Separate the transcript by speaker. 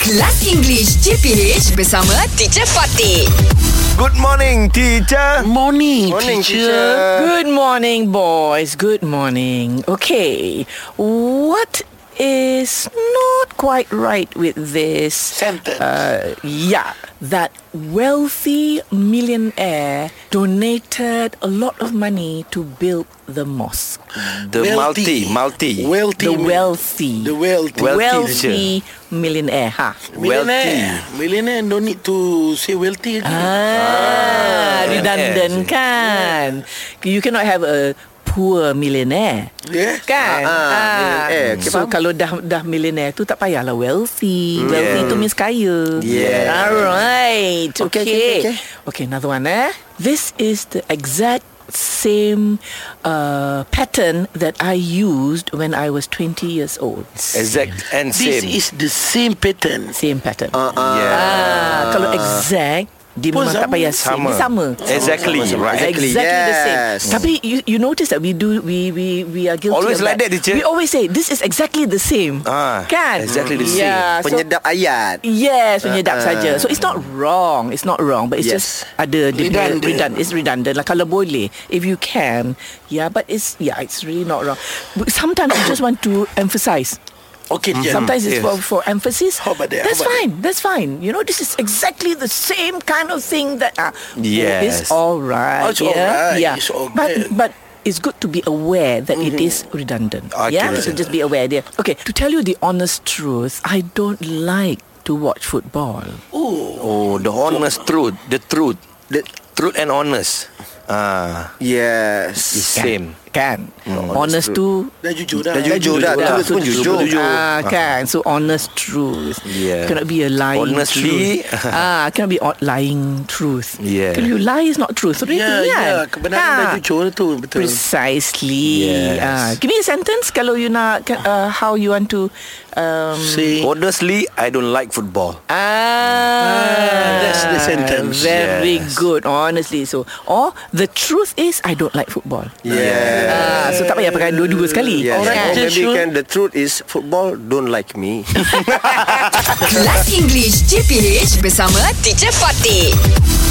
Speaker 1: Kelas English CPH bersama Teacher Fatih.
Speaker 2: Good morning, teacher.
Speaker 3: Morning,
Speaker 2: Morning,
Speaker 3: teacher.
Speaker 2: teacher.
Speaker 4: Good morning, boys. Good morning. Okay, what is not quite right with this
Speaker 3: Sentence.
Speaker 4: Uh, yeah, that wealthy millionaire donated a lot of money to build the mosque.
Speaker 2: The multi, multi.
Speaker 3: Wealthy.
Speaker 4: The
Speaker 3: mi-
Speaker 4: wealthy,
Speaker 3: The wealthy.
Speaker 2: Wealthy,
Speaker 4: wealthy millionaire, huh?
Speaker 3: Millionaire. Millionaire no need to say wealthy.
Speaker 2: millionaire.
Speaker 4: Ah, redundant kan. You cannot have a poor millionaire.
Speaker 3: Yeah.
Speaker 4: Kan?
Speaker 2: Ah, ah, millionaire. Okay,
Speaker 4: so
Speaker 2: faham.
Speaker 4: kalau dah dah millionaire tu tak payahlah wealthy. Wealthy
Speaker 2: Yeah.
Speaker 4: tu means kaya.
Speaker 2: Yeah.
Speaker 4: Alright.
Speaker 3: Okay,
Speaker 4: Okay.
Speaker 3: okay, okay.
Speaker 4: Okay, another one eh. This is the exact same uh, pattern that I used when I was 20 years old.
Speaker 2: Exact and same.
Speaker 3: This
Speaker 2: Uh-uh.
Speaker 3: is the same pattern.
Speaker 4: Same pattern.
Speaker 2: yeah.
Speaker 4: Ah, kalau exact dia
Speaker 3: Pun
Speaker 4: memang tak
Speaker 3: sama.
Speaker 4: payah same. Dia
Speaker 2: Sama.
Speaker 4: sama.
Speaker 2: Exactly, right.
Speaker 4: Exactly, the same.
Speaker 2: Yes.
Speaker 4: Tapi you you notice that we do we we we are guilty.
Speaker 2: Always
Speaker 4: of
Speaker 2: like that, teacher.
Speaker 4: We always say this is exactly the same.
Speaker 2: Ah,
Speaker 4: kan?
Speaker 2: exactly the same.
Speaker 4: Yeah, so,
Speaker 5: Penyedap ayat
Speaker 4: Yes, penyedap saja. So it's not wrong. It's not wrong, but it's
Speaker 5: Yes.
Speaker 4: just ada dia punya
Speaker 3: Redundant.
Speaker 4: redundant. It's redundant lah kalau boleh. If you can, yeah, but it's yeah, it's really not wrong. But sometimes you just want to emphasize.
Speaker 3: Okay, teacher.
Speaker 4: Sometimes
Speaker 2: Yes.
Speaker 4: it's for, for emphasis.
Speaker 3: How about that?
Speaker 4: That's
Speaker 3: How about
Speaker 4: fine. That's fine. You know, this is exactly the same kind of thing that uh,
Speaker 2: Yes.
Speaker 4: it's all right.
Speaker 3: Oh, it's
Speaker 4: yeah,
Speaker 3: all right.
Speaker 4: yeah.
Speaker 3: It's all
Speaker 4: but
Speaker 3: good. Mm-hmm.
Speaker 4: but it's good to be aware that it is redundant.
Speaker 2: Okay.
Speaker 4: Yeah, so just be aware there. Okay, to tell you the honest truth, I don't like to watch football.
Speaker 2: Oh, the honest truth, the truth, the truth and honest. Ah,
Speaker 5: Yes
Speaker 2: is same.
Speaker 4: Kan?
Speaker 3: Mm.
Speaker 4: honest tu
Speaker 3: Dah jujur dah.
Speaker 5: Dah jujur dah
Speaker 4: Dah.
Speaker 5: Terus pun jujur
Speaker 4: Ah, kan. So honest truth.
Speaker 2: Yeah.
Speaker 4: Cannot be a lying
Speaker 2: Honestly.
Speaker 4: truth. ah, cannot be o- lying truth.
Speaker 2: Yeah.
Speaker 4: Kalau you lie is not truth. Really,
Speaker 3: Ya,
Speaker 4: kan?
Speaker 3: ya. Kebenaran
Speaker 4: Ah,
Speaker 3: dah jujur tu. Betul.
Speaker 4: Precisely.
Speaker 2: Yes.
Speaker 4: Ah, give me a sentence kalau you nak uh, how you want to um,
Speaker 3: Say.
Speaker 2: Honestly, I don't like football.
Speaker 4: Ah,
Speaker 3: that's the sentence.
Speaker 4: Very
Speaker 2: Yes.
Speaker 4: good, honestly. So, or the truth is, I don't like football.
Speaker 5: Yeah
Speaker 4: Ah, so tak payah pakai dua-dua sekali.
Speaker 5: Yes.
Speaker 3: Alright,
Speaker 5: Or
Speaker 4: Kan?
Speaker 3: teacher,
Speaker 5: maybe
Speaker 3: sure.
Speaker 5: can the truth is football don't like me.
Speaker 1: Kelas English CPH bersama Teacher Fatih.